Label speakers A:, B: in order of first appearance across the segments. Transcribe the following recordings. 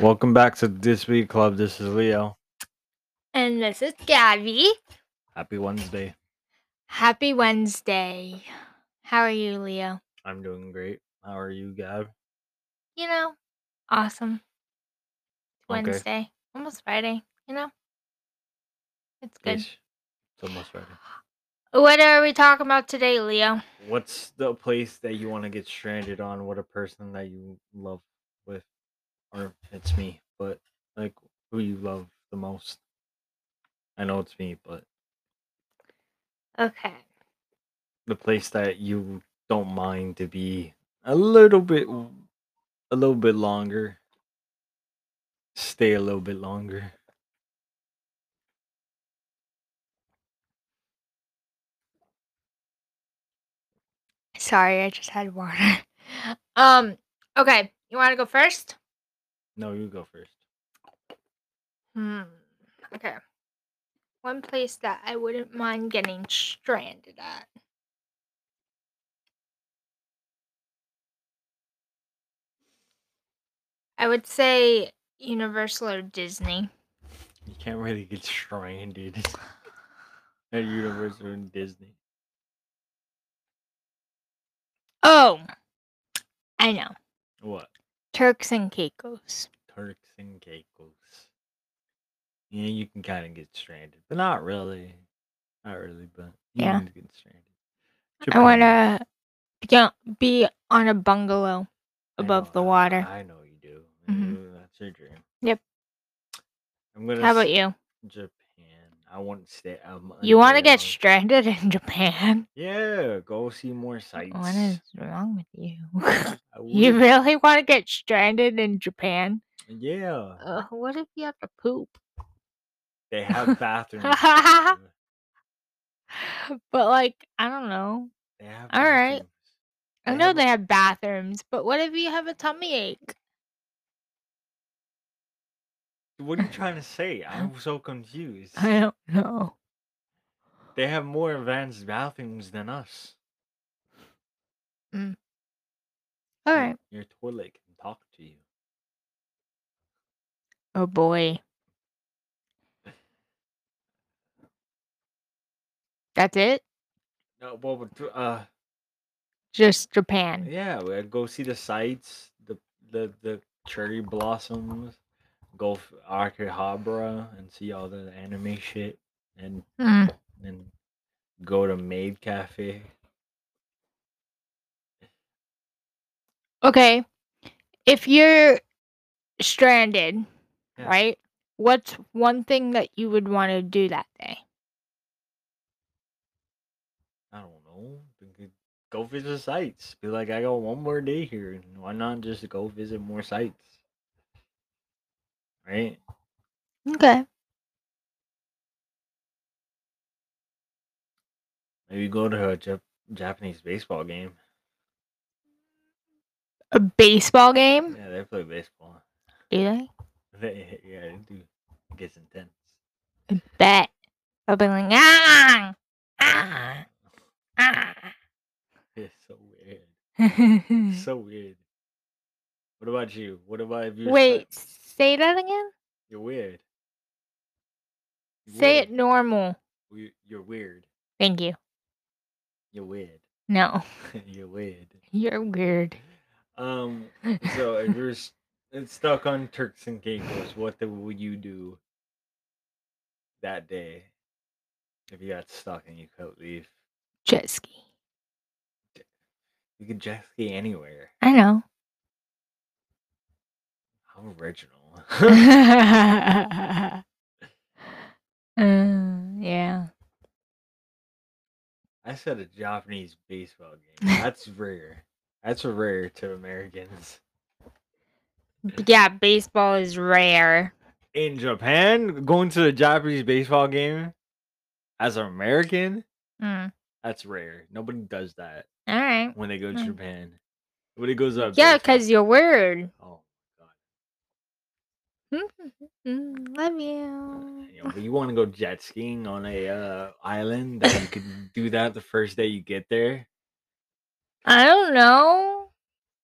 A: Welcome back to This Week Club. This is Leo.
B: And this is Gabby.
A: Happy Wednesday.
B: Happy Wednesday. How are you, Leo?
A: I'm doing great. How are you, Gab?
B: You know, awesome.
A: Okay.
B: Wednesday, almost Friday, you know? It's good.
A: Yes. It's almost ready.
B: What are we talking about today, Leo?
A: What's the place that you want to get stranded on? What a person that you love with, or it's me, but like who you love the most? I know it's me, but
B: Okay.
A: the place that you don't mind to be a little bit, a little bit longer, stay a little bit longer.
B: Sorry, I just had water. Um, okay. You want to go first?
A: No, you go first.
B: Hmm. Okay. One place that I wouldn't mind getting stranded at. I would say Universal or Disney.
A: You can't really get stranded at Universal and Disney.
B: Oh, I know.
A: What?
B: Turks and Caicos.
A: Turks and Caicos. Yeah, you can kind of get stranded, but not really. Not really, but you
B: Yeah.
A: can get stranded.
B: I uh,
A: Japan,
B: want to be on- be on a bungalow
A: I
B: above
A: know-
B: the
A: I-
B: water.
A: I know you do.
B: Mhm.
A: Ooh, That's your dream.
B: Yep.
A: I'm gonna.
B: How about you?
A: Japan. I want to stay. Um,
B: You want to get stranded in Japan?
A: Yeah, go see more sights.
B: What is wrong with you?
A: I
B: you
A: would.
B: really want to get stranded in Japan?
A: Yeah,
B: Uh, what if you have to poop?
A: they have bathrooms. there.
B: But like, I don't know.
A: They have
B: All right.
A: bathrooms.
B: I
A: They
B: know
A: have a-
B: they have bathrooms, but what if you have a tummy ache?
A: What are you trying to say? I'm so confused.
B: I don't know.
A: They have more advanced bathrooms than us.
B: All
A: Your-
B: right.
A: Your toilet can talk to you.
B: Oh boy. That's it.
A: No, well, but, uh,
B: Just Japan.
A: yeah, we go see the sights, the the the cherry blossoms, go f- Akihabara and see all the anime shit, and
B: Mm.
A: and go to Maid Cafe.
B: Okay. If you're stranded,
A: Yeah.
B: right? What's one thing that you would want to do that day?
A: I don't know. we could Go visit sites. Be like, I got one more day here. and Why not just go visit more sites? Right?
B: Okay.
A: Maybe go to a Jap- Japanese baseball game.
B: A baseball game?
A: Yeah, they play baseball.
B: Do they?
A: They, yeah, they do. It gets intense.
B: I bet. I'll be like, ah, ah, ah.
A: It's so weird.
B: Mm-hmm.
A: so weird. What about you? What about if you?
B: Wait, say that again?
A: you're weird. You're
B: Say
A: weird.
B: it normal.
A: We- You're weird.
B: Thank you.
A: You're weird.
B: No,
A: you're weird.
B: you're weird.
A: Um. So if you're s- it's stuck on Turks and Caicos, what the, would you do that day if you got stuck and you couldn't leave?
B: Jet ski.
A: You could jet ski anywhere.
B: I know.
A: How original.
B: Uh, yeah.
A: I said a Japanese baseball game. That's rare. That's rare to Americans.
B: B- Yeah, baseball is rare.
A: In Japan, going to a Japanese baseball game as an American,
B: Mm.
A: that's rare. Nobody does that
B: All right.
A: when they go to
B: Mm.
A: Japan. Nobody goes up.
B: Yeah, because you're weird.
A: Oh, God.
B: Mm, Love you.
A: You know, but you want to go jet skiing on a uh, island that you could do that the first day you get there.
B: I don't know.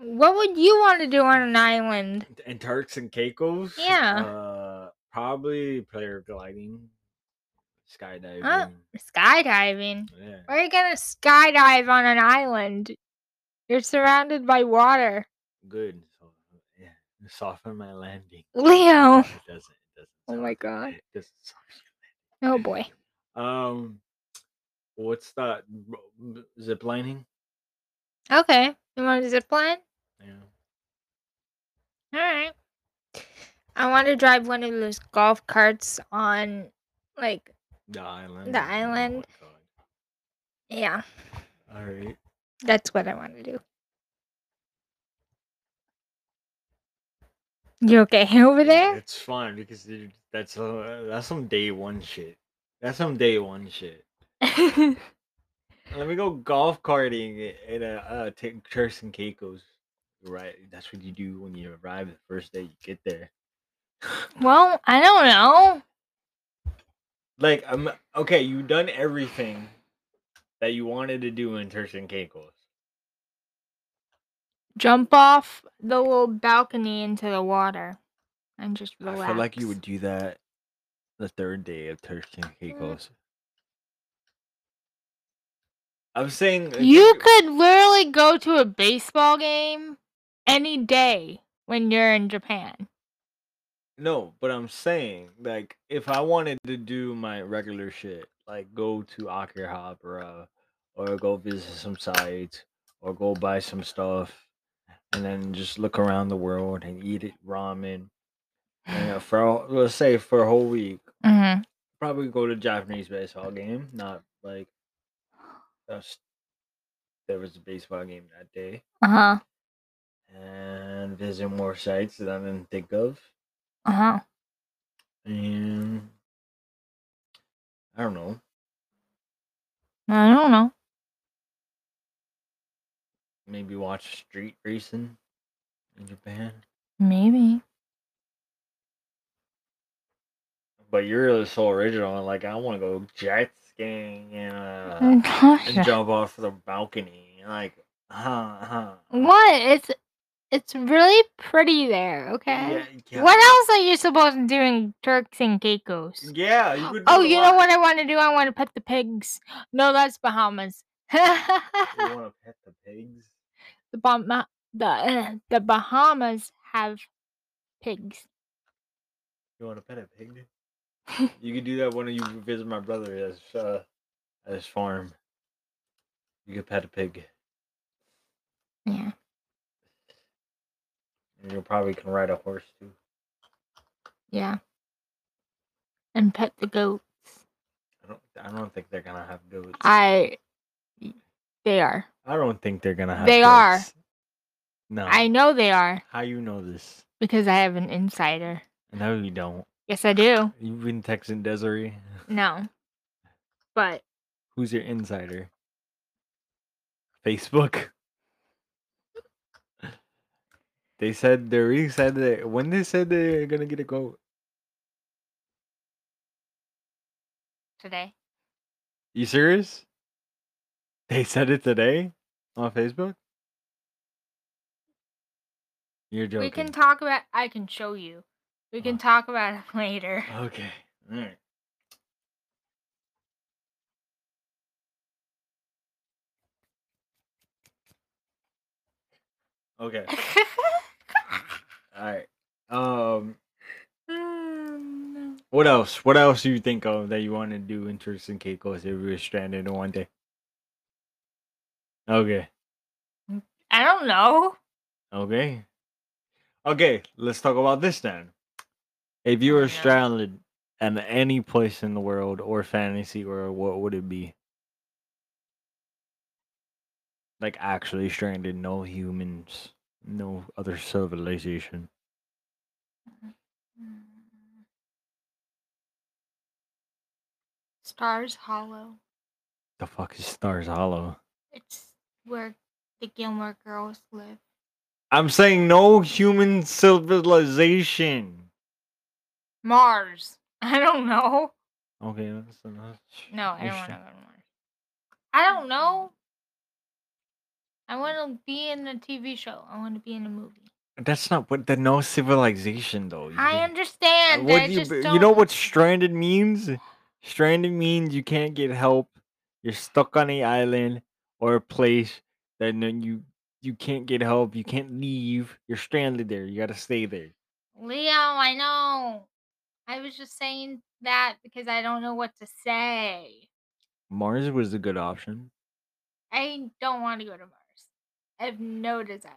B: What would you want to do on an island?
A: And Turks and Caicos.
B: Yeah.
A: Uh, probably paragliding,
B: Uh,
A: skydiving.
B: Skydiving.
A: Yeah.
B: Where are you gonna skydive on an island? You're surrounded by water.
A: Good. So, yeah. Soften my landing.
B: Leo.
A: It doesn't. It doesn't.
B: Oh my
A: soften-
B: God.
A: It doesn't soften.
B: Oh boy.
A: Um, what's that? Ro- m- Zip lining?
B: Okay. You want to zip line?
A: Yeah.
B: All right. I want to drive one of those golf carts on, like,
A: The island.
B: The
A: Oh my
B: island.
A: God.
B: yeah,
A: All right.
B: that's what I want to do. You okay over there?
A: It's fine because dude, that's uh, that's some day one shit. That's some day one shit. Let me go golf karting at uh, uh t- Turks and Caicos. Right, that's what you do when you arrive the first day you get there.
B: well, I don't know.
A: Like, I'm okay. You've done everything that you wanted to do in Turks and Caicos.
B: Jump off the little balcony into the water and just relax.
A: I feel like you would do that the third day of Turks and
B: Mm.
A: Caicos. I'm saying uh, like,
B: You could literally go to a baseball game any day when you're in Japan.
A: No, but I'm saying like if I wanted to do my regular shit, like go to Akihabara or go visit some sites or go buy some stuff and then just look around the world and eat it ramen. And uh, for a- let's say for a whole week,
B: Mm-hmm.
A: probably go to Japanese baseball game, not like us. There was a baseball game that day,
B: Uh huh.
A: and visit more sites that I didn't think of.
B: Uh huh.
A: And I don't know.
B: I don't know.
A: Maybe watch street racing in Japan.
B: Maybe.
A: But you're so original. and, Like I want to go jet skiing and,
B: Mm-hmm.
A: uh, and
B: Gosh.
A: jump off the balcony. Like, huh, huh.
B: What? It's it's really pretty there. Okay.
A: Yeah, yeah.
B: What else are you supposed to do in Turks and Caicos?
A: Yeah, you could.
B: Oh,
A: do a
B: you know
A: lot.
B: what I want to do? I want to pet the pigs. No, that's Bahamas. the
A: You want to pet the pigs?
B: Bahama, the uh, the Bahamas have pigs.
A: You want to pet a pig? you could do that when you visit my brother at his, uh, at his farm. You could pet a pig.
B: Yeah.
A: And you probably can ride a horse too.
B: Yeah. And pet the goat.
A: I don't. I don't think they're gonna have goats. I,
B: I. They are.
A: don't think they're gonna have.
B: They are.
A: goats. No.
B: I know they are.
A: How you know this?
B: Because I have an insider.
A: No, you don't.
B: Yes, I do.
A: You've been texting Desiree.
B: No. But
A: Who's your insider? Facebook. They said they already said that when they said they're gonna get a goat.
B: today.
A: You serious? They said it today on Facebook. You're joking.
B: We can talk about I can show you. We can
A: Uh.
B: talk about it later.
A: Okay. All right. Okay. All right. Um.
B: Mm,
A: What else? What else do you think of that you want to do in Turks and Caicos if you were stranded in one day? Okay.
B: I don't know.
A: Okay. Okay. Let's talk about this then. If you
B: Oh,
A: were
B: yeah.
A: stranded in any place in the world or fantasy or what would it be? Like actually stranded, no humans, no other civilization.
B: Mm. Stars Hollow.
A: The fuck is Stars Hollow?
B: It's where the Gilmore Girls live.
A: I'm saying no human civilization.
B: Mars. I don't know.
A: Okay, that's enough.
B: No, I don't want to
A: Interesting.
B: go to Mars. I don't know. I want to be in a TV show. I want to be in a movie.
A: That's not what the no civilization though. you
B: I
A: can-
B: understand.
A: Mm-hmm.
B: but
A: Uh, What
B: I
A: do you,
B: just
A: b-
B: don't...
A: you know what stranded means? Stranded means you can't get help. You're stuck on a island or a place that no- you you can't get help. You can't leave. You're stranded there. You gotta stay there.
B: Leo, I know. I was just saying that because I don't know what to say.
A: Mars was a good option.
B: I don't want to go to Mars. I have no desire.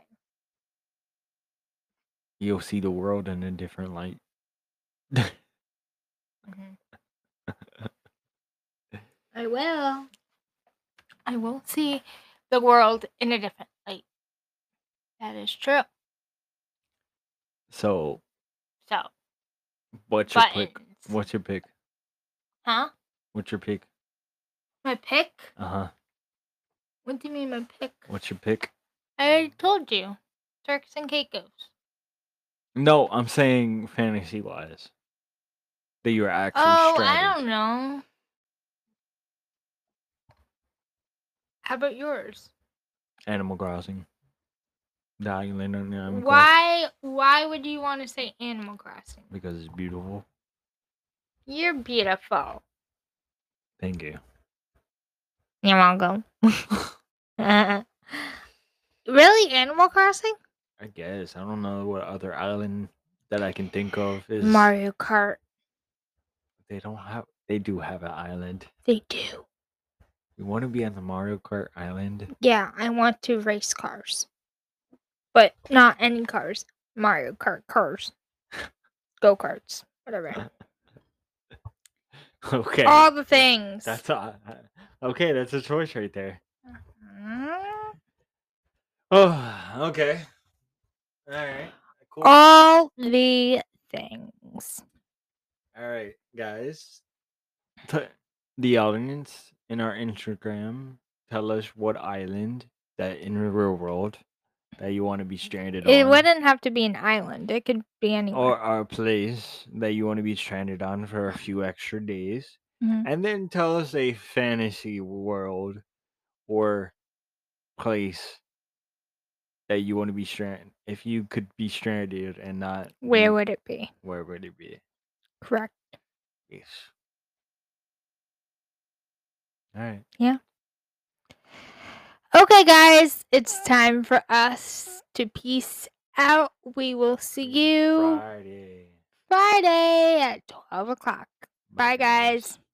A: You'll see the world in a different light.
B: Mhm.
A: Mm-hmm.
B: I will. I will see the world in a different light. That is true.
A: So,
B: So,
A: what's your
B: buttons.
A: pick? What's your pick?
B: Huh?
A: What's your pick?
B: My pick?
A: Uh huh.
B: What do you mean, my pick?
A: What's your pick?
B: I already told you. Turks and Caicos.
A: No, I'm saying fantasy wise. That you're actually
B: Oh,
A: stranded.
B: I don't know. How about yours?
A: Animal Crossing. The island on the Animal Crossing
B: why why would you want to say Animal Crossing?
A: because it's beautiful.
B: You're beautiful.
A: Thank you.
B: You're welcome. really, Animal Crossing?
A: I guess I don't know what other island that I can think of is.
B: Mario Kart.
A: They don't have. They do have an island.
B: They do.
A: You want to be on the Mario Kart island?
B: Yeah, I want to race cars. But not any cars. Mario Kart cars. Go karts. Whatever.
A: Okay.
B: All the things.
A: that's a, okay. That's a choice right there.
B: Mm.
A: Oh, okay. All right. Cool.
B: all the things.
A: All right, guys. T- the audience in our Instagram tell us what island that in the real world that you want to be stranded
B: It
A: on,
B: wouldn't have to be an island. It could be anywhere.
A: or our place that you want to be stranded on for a few extra days,
B: Mhm.
A: and then tell us a fantasy world or place that you want to be stranded. If you could be stranded and not
B: Where
A: leave,
B: would it be?
A: where would it be?
B: Correct.
A: Yes. All right.
B: Okay, guys, it's time for us to peace out. We will see you
A: Friday.
B: Friday at 12 o'clock. Bye, guys.